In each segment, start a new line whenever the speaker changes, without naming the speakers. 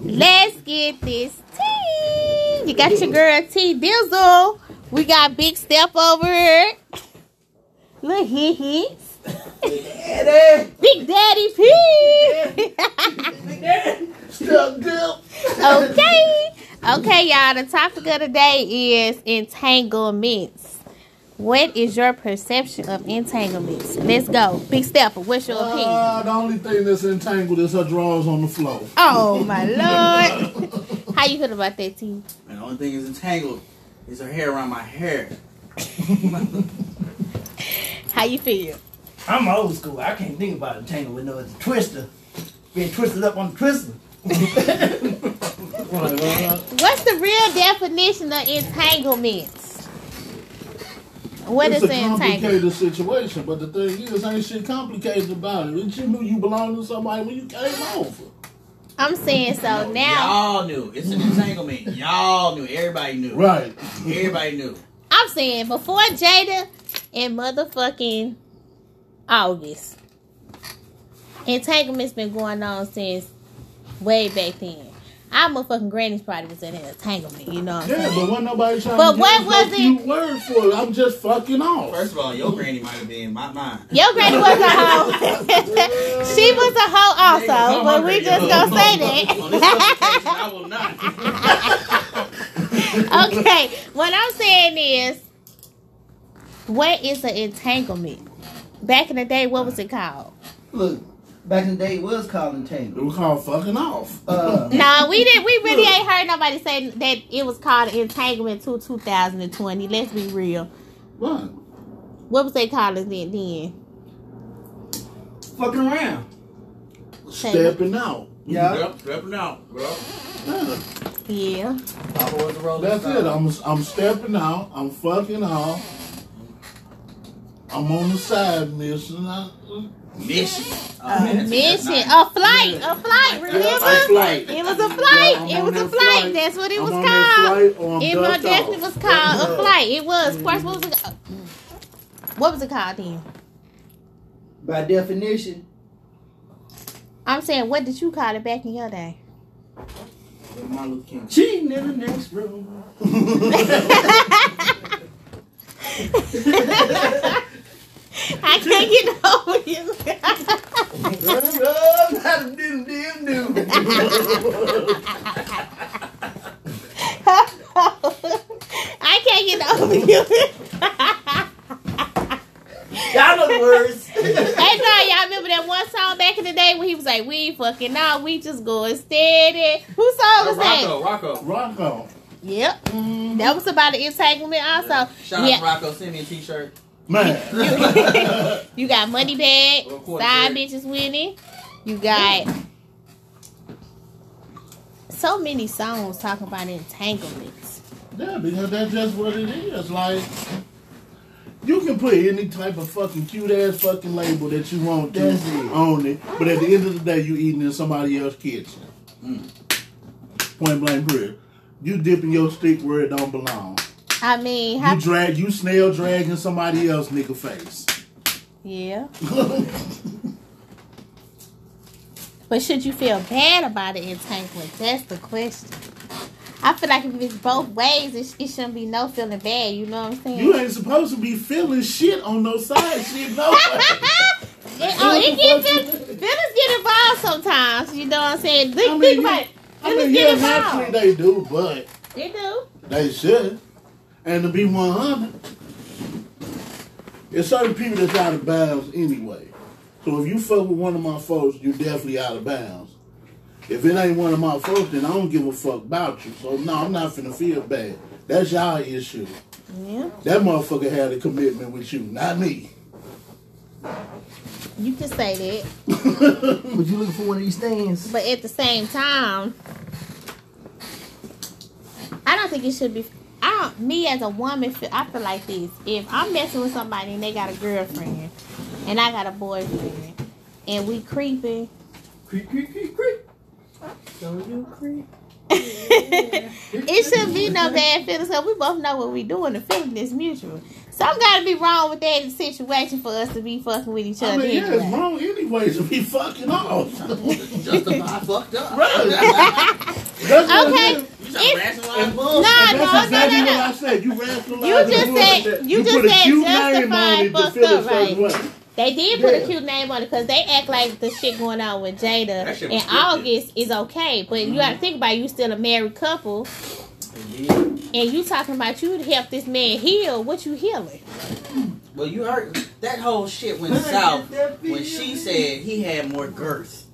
Let's get this tea. You got your girl T Dizzle. We got Big Step over here. Look, he hits. Big Daddy P.
Stuck up.
okay. Okay, y'all. The topic of the day is entanglements. What is your perception of entanglements? Let's go. Big Stepper, what's your opinion?
Uh, the only thing that's entangled is her drawers on the floor.
Oh, my Lord. How you feel about that, T?
And the only thing is entangled is her hair around my hair.
How you feel?
I'm old school. I can't think about a tangle with no other twister. Being twisted up on the twister.
What's the real definition of entanglements? What is
it's a
an entanglement?
complicated situation, but the thing is, ain't shit complicated about it. It's you knew you belonged to somebody when you came over.
I'm saying so now.
Y'all knew. It's an entanglement. Y'all knew. Everybody knew.
Right.
Everybody knew.
I'm saying before Jada and motherfucking August. Entanglement's been going on since way back then. Our motherfucking granny's probably was in an entanglement, you know what I'm
Yeah,
saying?
but wasn't nobody trying
But
to
what
give
was
no cute
it?
word for it. I'm just fucking off.
First of all, your granny might have been my mind.
Your granny was a hoe. she was a hoe also,
Call my
but we just
granny a
gonna
hoe.
say
On
that.
this occasion, I will not.
okay, what I'm saying is, what is an entanglement? Back in the day, what was it called?
Look, back in the day, it was called
It
entangle.
was called fucking off.
Uh,
No, we didn't. We really ain't heard nobody say that it was called an entanglement till 2020. Let's be real.
Right.
What was they calling it then?
fucking around.
Stepping out.
Yeah.
Yep, yep, no. Well,
Yeah.
Yeah.
Papa was a rolling
That's
stone.
it. I'm I'm stepping out. I'm fucking off. I'm on the side mission. I,
mission.
Uh,
Oh,
Mission, a flight, a flight. Remember,
flight.
it was a
Yeah,
flight.
I'm
it
on
was a
that
flight.
flight.
That's what it
I'm
was
on
called.
that flight or I'm
It most
ducked
definitely
off.
was called a flight. It was. Of course, what was it?
Mm-hmm.
What was it called then?
By definition,
I'm saying, what did you call it back in your day? Oh.
Martin Luther King.
cheating in the next room.
I can't get over you.
Rub, how to do, do, do.
I can't get over you.
Y'all know the words.
hey, no, y'all remember that one song back in the day when he was like, "We ain't fucking now, we just going steady." Who song was that?
Rocco, Rocco.
Rock on.
Yep,
Mm-hmm.
that was about the entanglement. Also,
Shout out
Yeah.
to Rocco. Send me a t-shirt.
Man.
you got money bag,
Well, of course,
side
yeah.
bitches winning. You got so many songs talking about entanglements.
yeah, because that's just what it is. Like, you can put any type of fucking cute ass fucking label that you want to
That's it.
on it, but at the end of the day, you eating in somebody else's kitchen.
Mm.
Point blank, period. You dipping your stick where it don't belong.
I mean, how,
You drag, you snail dragging somebody else nigga face.
yeah. But should you feel bad about an entanglement? That's the question. I feel like if it's both ways, it, sh- it shouldn't be no feeling bad. You know what I'm saying?
you ain't supposed to be feeling shit on no side shit. No.
It- oh, it gets feelings get involved sometimes. You know what I'm saying? Think,
I mean,
think
you-
about it.
I
Feelings
mean,
get
yeah,
involved.
naturally they do, but
They do.
They should. And to be 100, it's certain people that's out of bounds anyway. So if you fuck with one of my folks, you definitely out of bounds. If it ain't one of my folks, then I don't give a fuck about you. So no, I'm not finna feel bad. That's y'all issue.
Yeah.
That motherfucker had a commitment with you, not me.
You can say that.
But you looking for one of these things?
But at the same time, I don't think it should be. I don't. Me as a woman, feel, I feel like this. If I'm messing with somebody and they got a girlfriend, and I got a boyfriend, and we creeping,
Creep, creep, creep, creep. Don't you creep?
it shouldn't be no bad feelings. Cause we both know what we doing. The feeling is mutual. Something got to be wrong with that situation for us to be fucking with each
I
other.
mean, yeah, it's
anyway.
wrong anyway to be fucking off.
justify fucked up.
That's what
Okay.
it is.
You trying
If-
to rationalize
No,
bullshit?
That's
no, no,
exactly what
no, no.
I said. You rationalized
You
the
just
bullshit.
said- you
you
just
put a
said
cute name
justify
on it to
fucked
feel a
up,
certain
right.
way.
They did put a
Yeah.
cute name on it because they act like the shit going on with Jada
That shit
in
was Mm-hmm. scripted.
August is okay, but you gotta think about it, you still a married couple
Indeed.
and you talking about you to help this man heal. What you healing?
Well, you heard that whole shit went south when she said he had more girth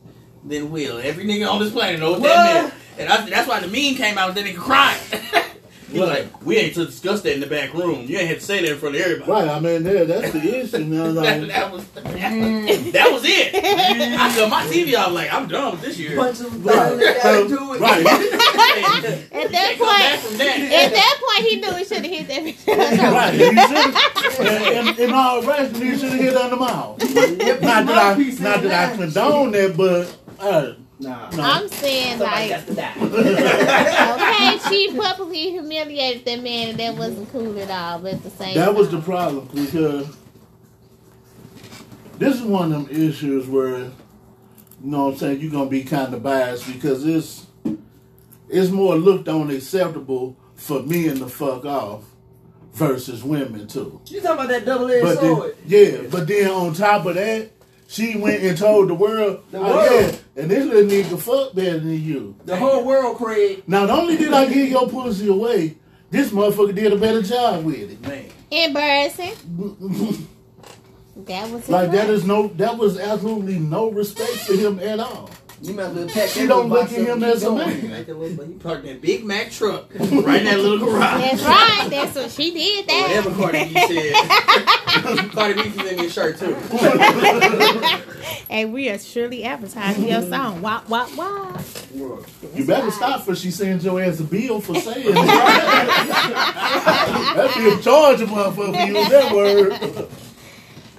than Will. Every nigga on this planet knows that
What?
man. And I, that's why the meme came out with that nigga crying. he was
Right.
like, we ain't to discuss that in the back room. You ain't had to say that in front of everybody.
Right, I mean, yeah, that's the issue. Now,
That,
like,
that was
Mm.
that was it. I cut my TV off like I'm done with this year.
Punch him
right,
down the
so-
alley, do it.
right,
At
At that point
from
at
that.
that point he knew he should have hit that
right. You should have, in, in all righteousness, you should have hit under my house. Not that
Yep,
I,
mouthpiece in
not that I
that.
condone that, but uh,
Nah.
no.
I'm saying
Somebody
like
got to die.
okay, she publicly humiliated that man and that wasn't cool at all, but at the same
That was the
time-
problem because this is one of them issues where you know what I'm saying you're gonna be kind of biased because it's it's more looked on acceptable for men to fuck off versus women too.
You talking about that double-edged
But then,
sword?
yeah, but then on top of that, she went and told the world,
The
oh,
world.
yeah, and this little nigga fuck better than you.
The whole world, Craig.
Not only did I give your pussy away, this motherfucker did a better job with it.
Man,
embarrassing. That was
Like that is no, that was absolutely no respect for him at all.
You might as well pack
She
that
don't look
little box
at
up
him
and
as
keep
a
going.
man.
like the little, he parked that Big Mac truck right in that little garage.
That's right. That's what she did.
Or
That
Whatever Cardi B said. Cardi B's in your shirt too.
and we are surely advertising your song. Wop wop wop.
You better stop for she sends your ass a bill for saying it. That'd be a charge, motherfucker, for using that word.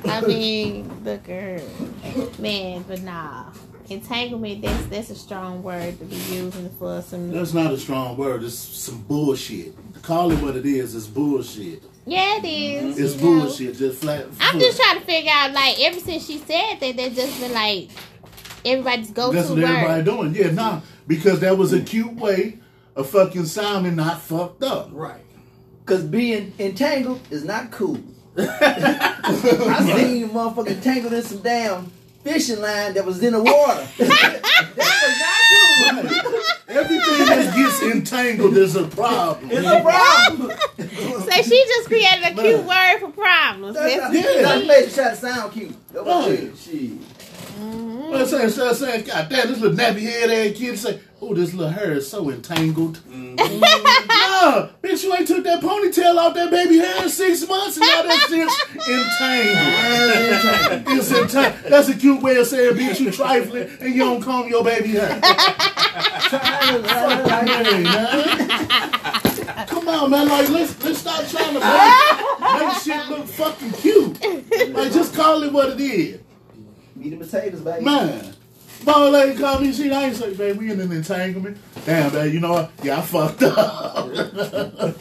I mean, look at her, man. But nah, entanglement. That's that's a strong word to be using for some.
That's not a strong word. It's some bullshit. Call it what it is. It's bullshit.
Yeah, it is.
It's
you know.
bullshit. Just flat.
I'm just trying to figure out. Like ever since she said that, that's just been like everybody's go-to
That's what
word.
everybody doing. Yeah, nah, because that was a cute way of fucking sounding not fucked up.
Right.
Cause being entangled is not cool. I seen you motherfucker entangled in some damn fishing line that was in the water. that was not cool.
Everything that gets entangled is a problem.
It's a problem.
So she just created a cute
Man.
word for problems.
That's
That's
how,
what she
Yeah.
that's how you
did.
made it try to sound cute. That was
Right.
it. Shit.
Well, say, say, say, God damn, this little nappy head ass kid say, oh, this little hair is so entangled. nah, bitch, you ain't took that ponytail off that baby hair in six months and now that shit's entangled. it's entangled. That's a cute way of saying, bitch, you trifling and you don't comb your baby hair. Hey, man. Come on, man. Like, let's let's stop trying to make, make shit look fucking cute. Like, just call it what it is.
Meat and potatoes, baby.
Man, my old lady called me. She I ain't say, babe, we in an entanglement. Damn, babe, you know what? Yeah, I fucked up.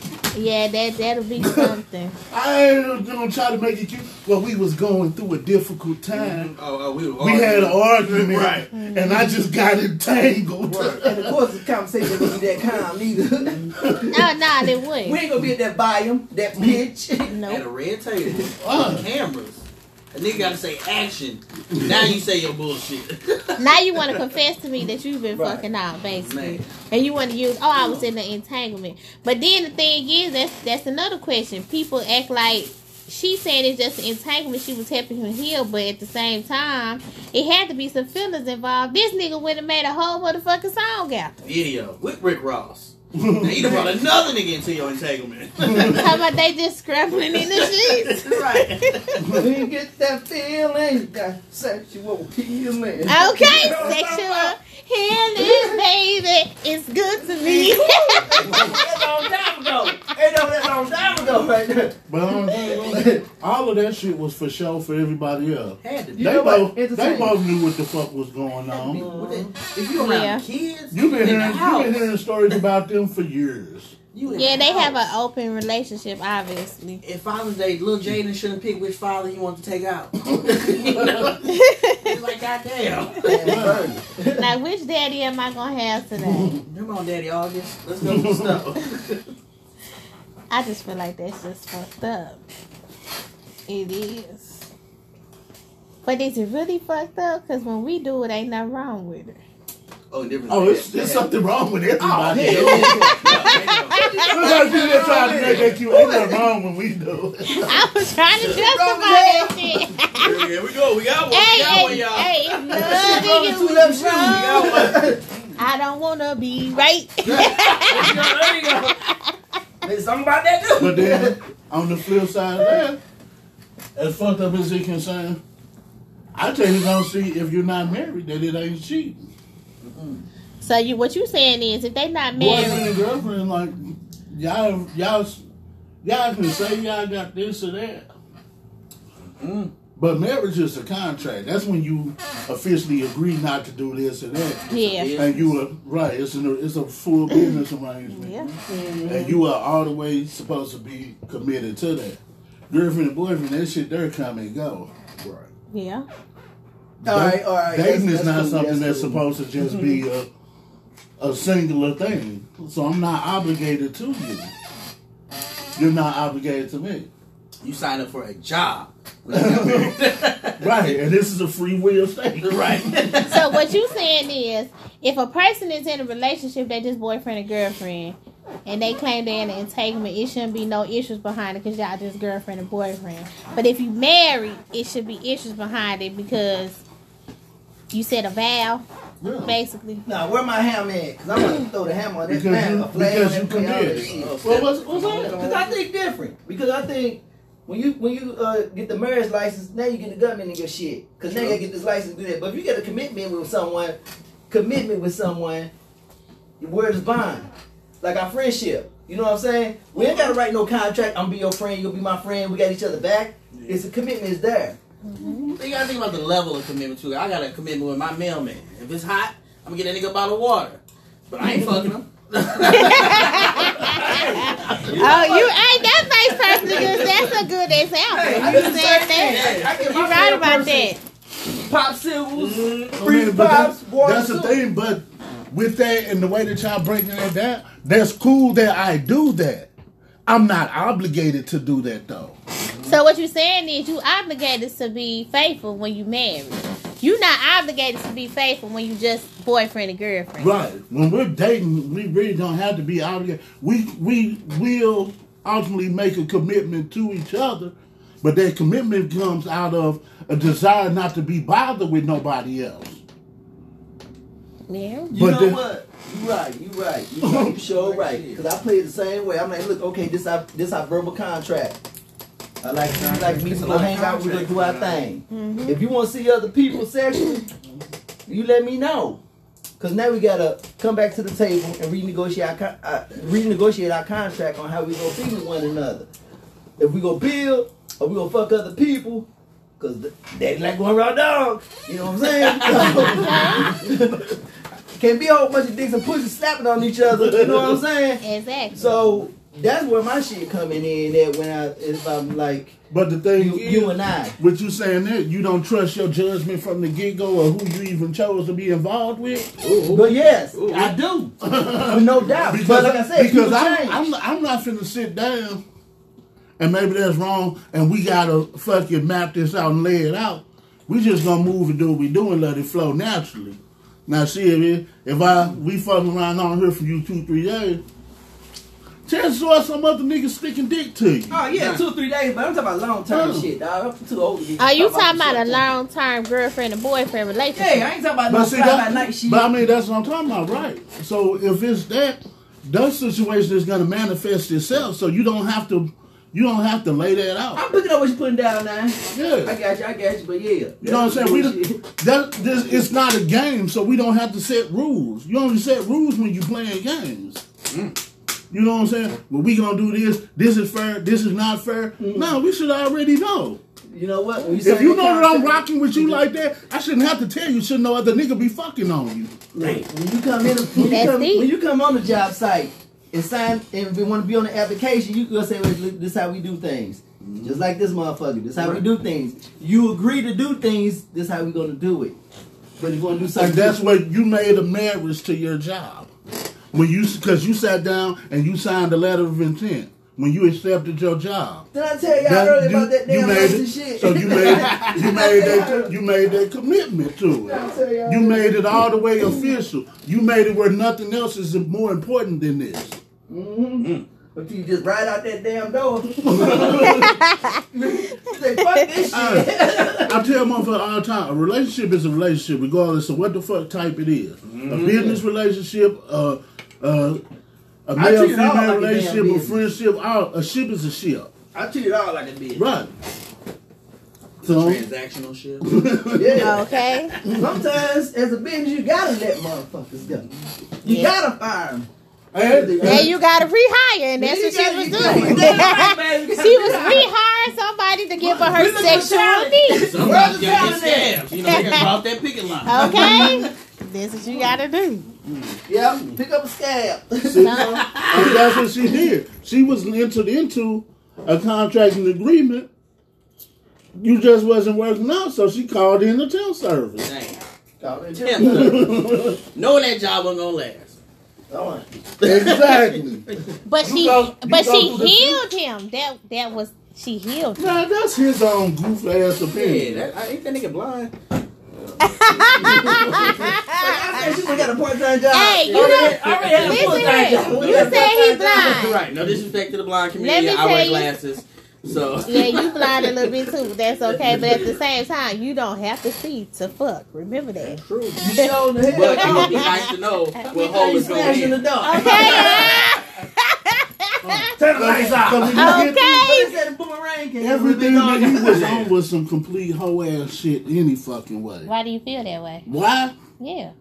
Yeah, that that'll be something.
I ain't gonna try to make it cute. Well, we was going through a difficult time.
Oh, oh, we were
We had an
arguing.
argument,
Right.
and I just got entangled.
And of course, the conversation gonna be that calm neither.
no, no, they
we
wouldn't.
ain't gonna be at that volume, that pitch.
Nope.
at a red table.
Uh,
Cameras. A nigga gotta say action. Now you say your bullshit.
Now you want to confess to me that you've been
Right.
fucking out, basically,
Man.
and you want to use, oh, I was in the entanglement. But then the thing is, that's that's another question. People act like she said it's just an entanglement. She was helping him heal, but at the same time, it had to be some feelings involved. This nigga would have made a whole motherfucking song out.
Video with Rick Ross. Now you done brought another nigga into your entanglement.
How about they just scrambling in the sheets?
right.
when you get that feeling, that sexual feeling.
Okay, sexual healing, baby, it's good to me.
That's long time ago. Ain't no that long time ago right there.
but I'm telling you, all of that shit was for show for everybody else.
Had to be.
You
They
know what?
both,
It's the
they
same.
both knew what the fuck was going
I mean,
on.
what the- If you around
Yeah.
kids,
You've
in
been
the
hearing, you've
house.
been hearing stories about them for years.
You in
Yeah,
the
they have an
house.
open relationship, obviously.
If I was a little Jaden, shouldn't pick which father he wanted to take out. you know? It's like, goddamn.
like, which daddy am I gonna have today?
Come on, Daddy August. Let's go do stuff.
I just feel like that's just fucked up. It is. But is it really fucked up? Cause when we do it, ain't nothing wrong with it.
oh, different.
Oh, it's, there's something wrong with
Oh,
everybody.
hell.
Sometimes people just try to make that you ain't nothing wrong when we do it.
I was trying to justify that shit.
Here we go. We got one. we got
hey,
one,
hey,
y'all.
hey, if
Wrong
nothing
with two
is
left shoes. We
wrong,
got one.
I don't wanna be right.
You know, there you go. There's something about that dude.
But then, on the flip side of that, as fucked up as it can sound, I tell you, don't see if you're not married that it ain't cheating.
so you, what you saying is, if they not
Boyfriend
married,
and girlfriend, like y'all, y'all, y'all can say y'all got this or that, but marriage is a contract. That's when you officially agree not to do this or that,
yeah,
and you are right. It's an, it's a full business arrangement.
yeah,
And you are all the way supposed to be committed to that. Girlfriend and boyfriend, that shit, they're come and go. Right.
yeah.
All right, all right.
Dating
That's-
is
that's
not
cool,
something that's
cool.
supposed to just be a, a singular thing. So I'm not obligated to you. You're not obligated to me.
You signed up for a job.
Right. And this is a free will state.
right.
So what you saying is, if a person is in a relationship, they just boyfriend and girlfriend, and they claim they're in an entanglement, it shouldn't be no issues behind it because y'all just girlfriend and boyfriend. But if you married, it should be issues behind it because you said a vow,
Yeah.
basically.
Now, where my ham at? Because I'm going to throw the ham on that
Because
man.
you,
a flag
because you
on that play, all that
committed.
shit.
Well, what's, what's that?
Because I think different. Because I think when you when you uh, get the marriage license, now you get the government and your shit. Because now you gotta get this license to do that. But if you get a commitment with someone, commitment with someone, your word is bond. Like our friendship. You know what I'm saying? We ain't gotta write no contract. I'm be your friend. You'll be my friend. We got each other back. It's a commitment. It's there.
You gotta think about the level of commitment too. I got a commitment with my mailman. If it's hot, I'm gonna get that nigga a bottle of water. But I ain't fucking him.
Oh, you ain't that nice person. Because that's a good example.
I
You
just
said that.
Hey, I get
You right about that.
popsicles,
I
free
mean, but
pops,
that's,
water
that's the
soup.
thing, but with that and the way that y'all breaking it down, that's cool that I do that. I'm not obligated to do that though.
So what you saying is you obligated to be faithful when you married. You not obligated to be faithful when you just boyfriend and girlfriend.
Right. When we're dating, we really don't have to be obligated. We we will ultimately make a commitment to each other, but that commitment comes out of a desire not to be bothered with nobody else.
Yeah.
You
But
know
then-
what? You right. You right. You right. You sure right. Cause I played the same way. I'm like, look, okay, this our this our verbal contract. I like you like me. We gonna hang out. We gonna do our thing. If you want to see other people sexually, you let me know. Cause now we gotta come back to the table and renegotiate our con- uh, renegotiate our contract on how we gonna be with one another. If we gonna build or we gonna fuck other people, cause th- they like one raw dog. You know what I'm saying? Can't be a whole bunch of dicks and pussies slapping on each other. You know what I'm saying?
Exactly.
So that's where my shit coming in. That when I if I'm like
But the thing
you,
is,
you and I,
what you saying there, you don't trust your judgment from the get go or who you even chose to be involved with. Uh,
but yes, I do, no doubt. but like I said,
because
people
I'm,
change.
I'm, I'm not finna sit down, and maybe that's wrong, and we gotta fucking map this out and lay it out. We just gonna move and do what we do and let it flow naturally. Now, see if it, if I we fucking around on here for you two three days, chances are some other nigga sticking dick to you.
Oh yeah, two three days, but I'm talking about long term
Hmm.
shit, dog. I'm too old to be.
Are you talking about a long term girlfriend and boyfriend relationship?
Yeah, I ain't talking about no
But see,
fly by
that,
night shit.
but I mean, that's what I'm talking about, right? So if it's that, that situation is gonna manifest itself. So you don't have to, you don't have to lay that out.
I'm picking up what you putting down now.
Yeah.
I got you, I got you, but yeah.
You know what I'm saying? We that this it's not a game, so we don't have to set rules. You only set rules when you playing games. You know what I'm saying? Well, we gonna do this. This is fair. This is not fair. No, we should already know.
You know what? When
If
sign
you
that
know that I'm
contract-
rocking with you like that, I shouldn't have to tell you. Shouldn't no other nigga be fucking on you.
When you come in, when you
That's
come,
it.
when you come on the job site, and sign and if you want to be on the application, you can say, well, look, this is how we do things.
Mm-hmm.
Just like this motherfucker. This is how we do things. You agree to do things, this is how we gonna do it. But if you wanna do
And
something
that's where you made a marriage to your job. When you, because you sat down and you signed a letter of intent when you accepted your job.
Did I tell y'all
That-
earlier
you-
about that
you
damn
made
racist
it-
shit?
So you made you made that you made that commitment to
Did I tell y'all
it. You made it all the way official. You made it where nothing else is more important than this.
But you just ride out that damn door. Say, fuck this
Uh,
shit.
I, I tell motherfuckers all the time, a relationship is a relationship, regardless of what the fuck type it is.
Mm-hmm.
A business relationship, uh, uh, a
I
male
treat it all
female
like a damn
relationship, a
business.
friendship, all, a ship is a ship.
I treat it all like a bitch.
Right. So
Transactional shit.
Yeah.
Okay.
Sometimes, as a business, you gotta let motherfuckers go. You
Yeah.
gotta fire them.
Then you gotta rehire, and that's what she was doing. she was rehiring somebody to give her her sexual needs.
Sometimes you gotta get scammed. You know, you gotta drop that picket line.
Okay? That's what you gotta do.
Yeah, pick up a scab.
No.
And that's what she did. She was entered into a contract and agreement. You just wasn't working out, so she called in the temp service.
Dang.
Call it
Temp
temp.
service. Knowing that job wasn't gonna last.
All right.
Exactly.
But she
go- you
but
go
she
through the-
healed him. That that was she healed him.
now that's his own goof ass
Yeah,
opinion.
that, I, ain't that nigga blind?
I said she would got a part-time job.
Hey, you
Already-
know-
already had a
listen
full-time
here.
job.
You said he
You're
blind.
right. No disrespect to the blind
Let
community.
me
I wear
tell you-
glasses. So
Yeah, you blind a little bit too, but that's okay. But at the same time, you don't have to see to fuck. Remember that.
true.
You showed the
But it
hell.
would be nice to know what
How
hole
you
is going
smashing the
in.
door?
Okay.
Turn the lights
So
off.
when you get
Okay.
What is that, a boomerang? Can you
Everything
put
that
it on?
he was on was some complete hoe ass shit any fucking way.
Why do you feel that way?
Why?
Yeah.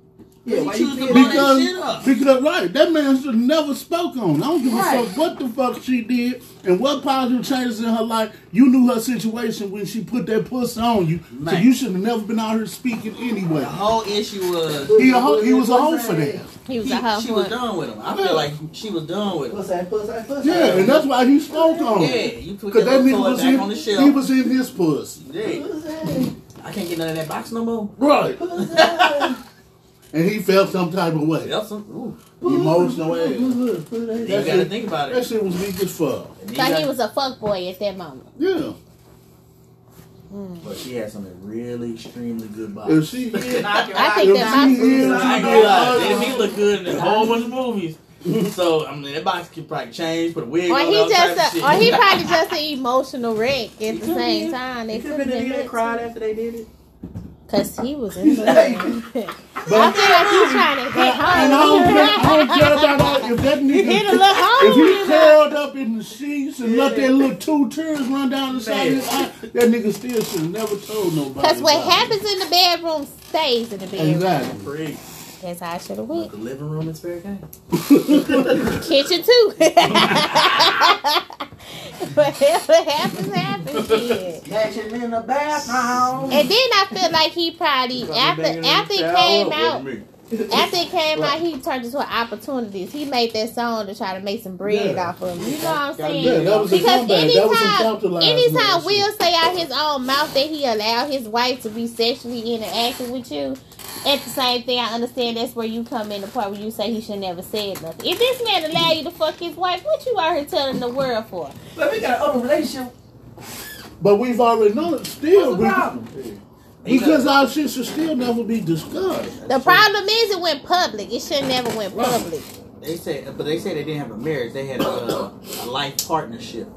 Yeah, why you
Choose the
feel
blow
like-
that shit
Because,
up.
because right, that man should have never spoke on. it. I don't give a
Right.
fuck what the fuck she did and what positive changes in her life. You knew her situation when she put that pussy on you, so
Man.
you should have never been out here speaking anyway.
The whole issue was
He a hoe, he was a hoe for that.
He was
he,
a hoe.
she was done with him. I feel like she was done with him.
Puss, I puss, I puss.
Yeah, and that's why he spoke on.
Yeah,
it.
you put
Cause
that
that
little
nigga was
toy back on the
in, he
shelf.
was in his pussy.
yeah,
Puss, I-
I can't get none of that box no more.
Right.
puss, I-
And he felt some type of way.
That's some, ooh.
Emotional ass.
puss, puss, I-
You gotta think about
That
it.
shit was weak as fuck.
And
So he
got-
was a fuck boy at that moment.
Yeah.
but she had something really extremely good body.
If she
And
is,
I can-
I
if she
think that box
is,
was-
I
she
ain't gonna lie,
is.
Damn, he look good in a whole bunch of movies. So I mean, that box could probably change, put a wig
Or
on.
he
all
just,
types
a,
of
or he
shit.
probably just an emotional wreck at the same time. They
You
could have been
nigga that
meant
after they did it.
because he was in. love. I feel like he's trying to get
And I don't,
home.
I don't judge I don't, if that
He hit a
nigga,
little
if
home.
he curled up in the sheets and let that little two tears run down the side of his eye, that nigga still should have never told nobody.
Because what
about it.
happens in the bedroom stays in the bedroom.
Oh, Exactly.
Freak.
That's how I should have
But
went.
the living room is fair game.
Kitchen too. Whatever happens, happens. shit.
Action in the bathroom.
And then I feel like he probably after after it came out. After it came out, he turned into an opportunity. He made that song to try to make some bread
Yeah.
off of it. You know what I'm saying?
Yeah, that was a
because
comeback. That was some capitalizing.
anytime, anytime
on that
Will
shit.
say out his own mouth that he allowed his wife to be sexually interactive with you, at the same thing, I understand that's where you come in the part where you say he should never said nothing. If this man allowed you to fuck his wife, what you out here telling the world for?
But we got an open relationship.
But we've already known it. Still,
What's the
we,
problem?
because our shit should still never be discussed.
The problem is it went public. It should never went public.
They said, but they said they didn't have a marriage. They had a, uh, a life partnership.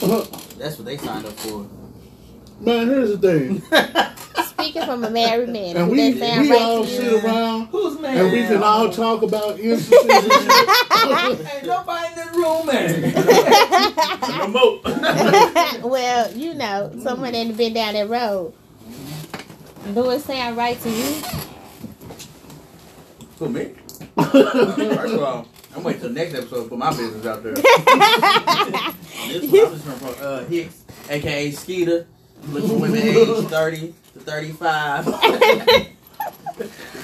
That's what they signed up for.
Man, here's the thing.
Speaking from a married man,
And we,
does that sound
we all
right to you?
sit around
Who's man?
and we can all talk about instances and shit.
Ain't nobody in this room, man.
Remote.
well, you know, someone that had been down that road. Do it sound right to you?
Who me? First of all, I'm waiting till next episode to put my business out there. this one, I'm just gonna put, uh, Hicks, aka Skeeter. Look for women age 30 to 35.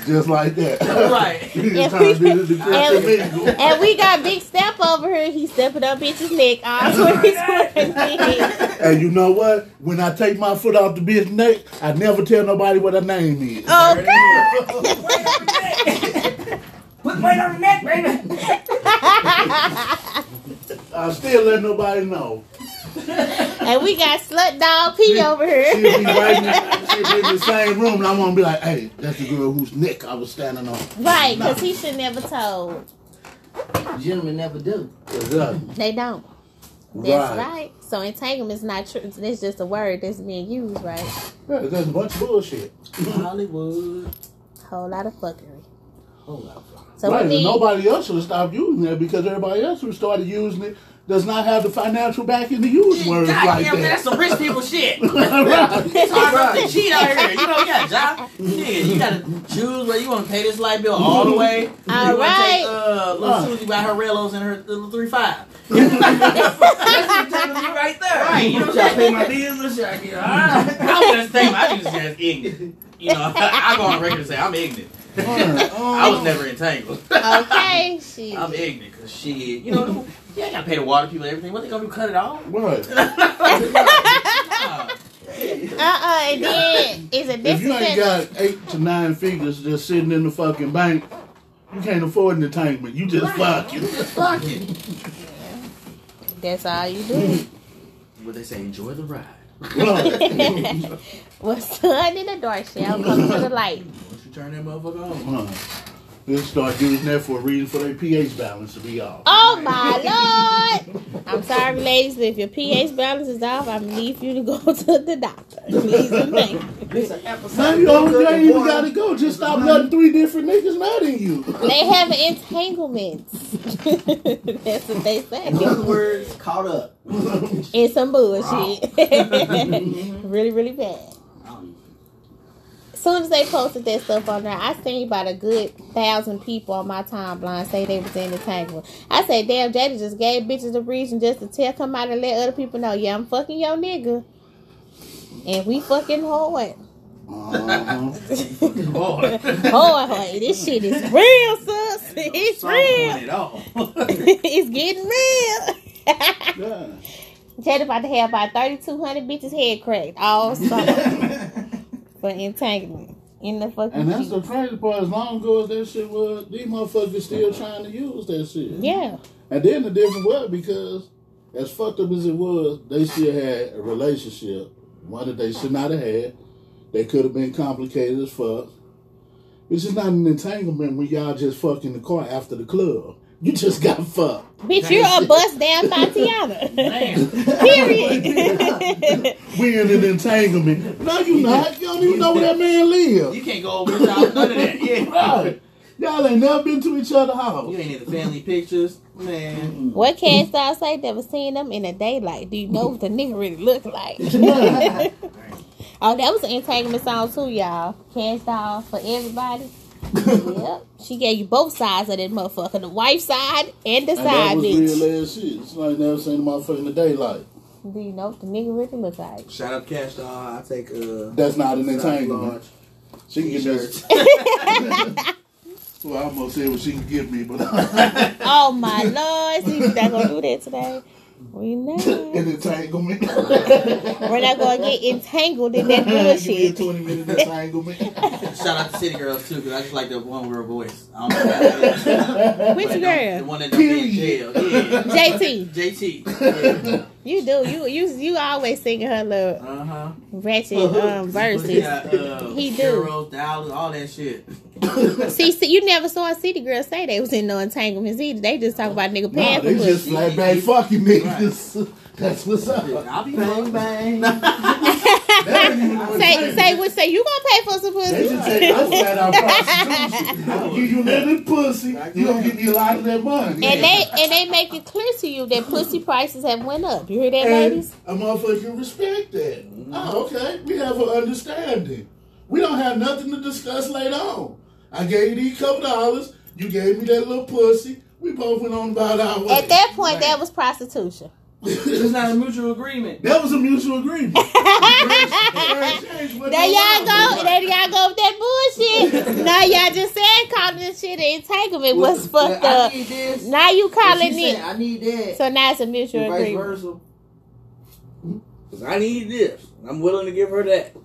just like that.
Right.
You just
If
trying to
we-
do this to
and-
Chris Mingle.
And we got Big Step over here. He's stepping up bitch's neck. All 2020.
And you know what? When I take my foot off the bitch neck, I never tell nobody what her name is.
Oh, God.
Put weight on the neck, baby.
I still let nobody know.
And we got Slut Dog P over
She'll
here.
be right in, she'll be in the same room, and I'm gonna be like, "Hey, that's the girl whose neck I was standing on."
Right, because he should never told.
Gentlemen never do.
Exactly.
They don't. That's right. So entanglement's not true. That's just a word that's being used, right?
Yeah, that's a bunch of bullshit.
Hollywood.
Whole lot of fuckery.
Hold on.
So
right,
we
and
need.
nobody else would stop using that because everybody else who started using it does not have the financial backing to use words
God
like
damn, that's
that.
some rich people shit.
right.
It's hard enough to cheat out here. You know, you got a job. Nigga, you got to choose where you want to pay this light bill all the way.
All
you wanna
right.
Take, uh, little
Huh.
Susie by her Rellos and her little three five.
That's the time you right there.
Right.
You know, should I pay my bills or should I get high?
I was just saying, I just as ignorant. You know, I go on record and say I'm ignorant.
uh,
I was never entangled.
Okay, she.
I'm ignorant because shit, you know, yeah, I gotta pay the water people and everything. What they gonna do? Cut it off?
Right.
Nah.
Uh uh and then it's a
If you ain't
discipline.
got eight to nine figures just sitting in the fucking bank, you can't afford entertainment. You just fuck
You
you.
just fuck it.
That's all you do.
What they say? Enjoy the ride.
Well, son in the door shall come to the light.
Once you turn that motherfucker on.
Huh. They'll start using that for a reason for their pH balance to be off.
Oh my lord! I'm sorry, ladies, but if your pH balance is off, I leave you to go to the doctor. Please and thank you.
This an episode.
Now you don't you ain't even gotta go. Just stop letting three different niggas mad at you.
They have entanglements. That's what they
In
say.
other words, caught up.
And some bullshit.
Mm-hmm.
really, really bad. Soon as they posted that stuff on there, I seen about a good thousand people on my timeline say they was in entanglement. I say, damn, Jada just gave bitches a reason just to tell somebody and let other people know, yeah, I'm fucking your nigga. And we fucking hard.
Uh-huh.
Boy,
Hard, hard. This shit is real, sus. It's real.
at all.
it's getting real.
Yeah.
Jada about to have about 3,200 bitches head cracked all summer for entanglement in the fucking
And that's
Jeep.
the crazy part. As long ago as that shit was, these motherfuckers still trying to use that shit.
Yeah,
And then the difference was because, as fucked up as it was, they still had a relationship. One that they should not have had. They could have been complicated as fuck. It's just not an entanglement when y'all just fuck in the car after the club. You just got fucked.
bitch, you're a bust down Tatiana.
Damn.
Period.
We in an entanglement. No, you not. You don't even know where that man lives.
You can't go over his house, none of that. Yeah.
Right. Y'all ain't never been to each other's
You
house.
ain't in the family pictures, man.
what cast I say never seen them in the daylight? Do you know what the nigga really look like?
Right.
oh, that was an entanglement song too, y'all. Cast off for everybody. yep, she gave you both sides of that motherfucker, the wife side and the
And
side
that was
bitch.
real ass shit. It's like never seen a motherfucker in the daylight.
Do you know what the nigga really look like?
Shout out Cash Doll. I take uh.
That's not an
Size
entanglement.
large.
She can get this. Well, I almost said what she can give me, but
Oh my lord, see, we're not gonna do that today. We know.
an entanglement. Get
We're not gonna get entangled in that
me a
bullshit.
twenty minute entanglement.
Shout out to City Girls too, because I just like the one with her voice. I don't know that bitch.
Which
But The
girl?
one that don't be in jail.
Period.
Yeah.
JT,
JT. Yeah.
you do. You you you always singing her little
Uh-huh.
ratchet um,
He
verses.
got, uh,
He do.
Heroes, dollars, all that shit.
See, see, you never saw a city girl say they was in no entanglements either. They just talk about
nah,
nigga paying
they
for pussy.
just flat back fucking niggas. That's what's up. That
I'll be
Bang,
wrong.
bang.
ain't even an
Say
entanglement.
say what? Say you gonna pay for some
They
pussy?
should take us flat out prostitution. I'm gonna give you little pussy. You gonna give me a lot of that money.
And they and they make it clear to you that pussy prices have went up. You hear that,
And
ladies?
a motherfucker can respect that. Oh, okay. We have an understanding. We don't have nothing to discuss later on. I gave you these couple dollars. You gave me that little pussy. We both went on about our way.
At that point, that was prostitution.
It's not a mutual agreement.
That was a mutual agreement.
There y'all go. There y'all go with that bullshit. now y'all just said calling this shit an entanglement was fucked
I
up.
need this.
Now you
And she
calling
said,
it.
I need that.
So now it's a
and
mutual
vice
agreement.
versa. Cause I need this. I'm willing to give her that.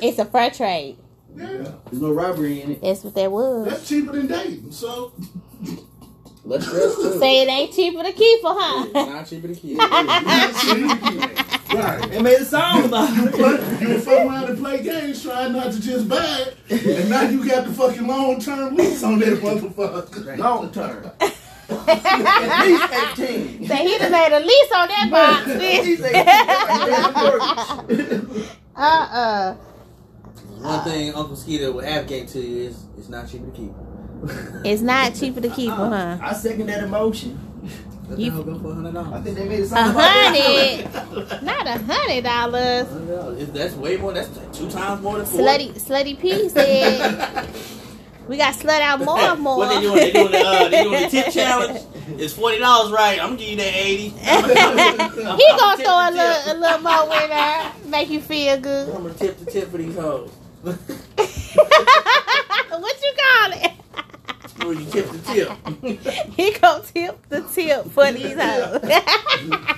It's a fair trade.
Yeah.
There's no robbery in it.
That's what that was.
That's cheaper than dating. So
Let's dress too.
Say it ain't cheaper to keep her,
It's
huh?
not cheaper to keep.
right.
They made a song about it.
But you fuck around and play games trying not to just buy it, and now you got the fucking long term lease on that motherfucker.
Long term.
Say
At least 18.
he done made a lease on that box, bitch.
She's 18. That's a mortgage.
Uh-uh.
One thing Uncle Skeeter will advocate to you is it's not cheaper to keep.
It's not cheaper to keep her, huh?
I second that emotion.
Let
You-
the hoe go for hundred
I
dollars.
think they made a song
A
about that.
hundred, not a hundred dollars.
Hundred dollars. If That's way more. That's two times more than four.
Slutty, slutty P said, "We got slut out more and more."
What they doing? They doing the, uh, they doing the tip challenge. It's forty dollars, right? I'm gonna give you that eighty.
he gonna throw a little, a little more in there, make you feel
I'm
good.
gonna tip the tip for these hoes.
what you call it?
Where you tip the tip.
He gonna tip the tip for these hoes.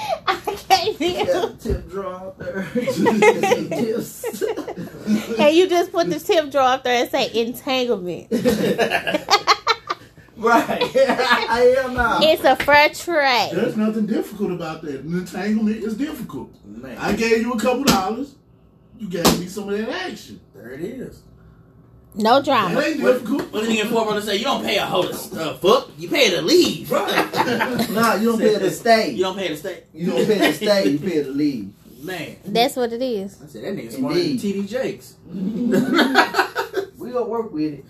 I can't
Yeah,
deal.
tip draw there. Some tips.
And you just put the tip drawer up there and say entanglement.
Right. I am now.
It's a fair trade.
There's nothing difficult about that. An entanglement is difficult.
Man,
I gave you a couple dollars. You gave me some of that action.
there it is.
No
That
drama.
ain't difficult.
What do you get for brother say? You don't pay a hoe to uh, fuck. You pay to leave.
Nah, you don't pay to stay.
You don't pay to stay.
You don't pay to stay. You pay to leave.
Man,
That's what it is.
I said that nigga smarter than
Indeed.
T.D. Jakes.
We gonna work with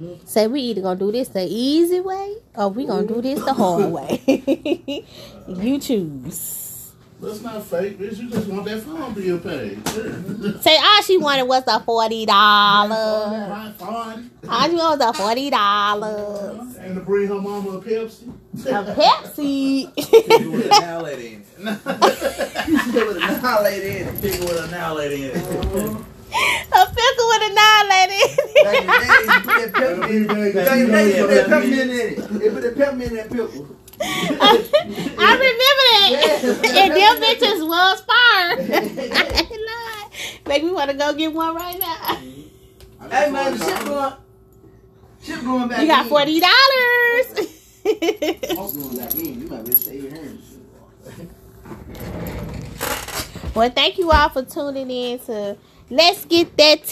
it.
Say we either gonna do this the easy way or we gonna do this the hard way. you choose.
That's not fake, bitch. You just want that phone bill paid.
Say all she wanted was a forty dollar.
High five.
All she wanted was a forty dollars.
And to bring her mama a Pepsi.
A Pepsi.
People with an now lady in it.
You stay with a annihilate in it.
People with an now lady in it.
a pickle with a nine
Back in the
lady.
days, you put that peppermint in it. Back in the days, you put that peppermint in it. They put that peppermint in that pickle.
I remember that. and them bitches was fire.
hey
I ain't lying. Make me wanna go get one right now.
man, the ship going, ship going back.
You got
in.
forty dollars.
Ship going back in. You might be staying here.
Well, thank you all for tuning in to Let's Get That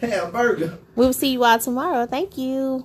Tea.
Hamburger.
We'll see you all tomorrow. Thank you.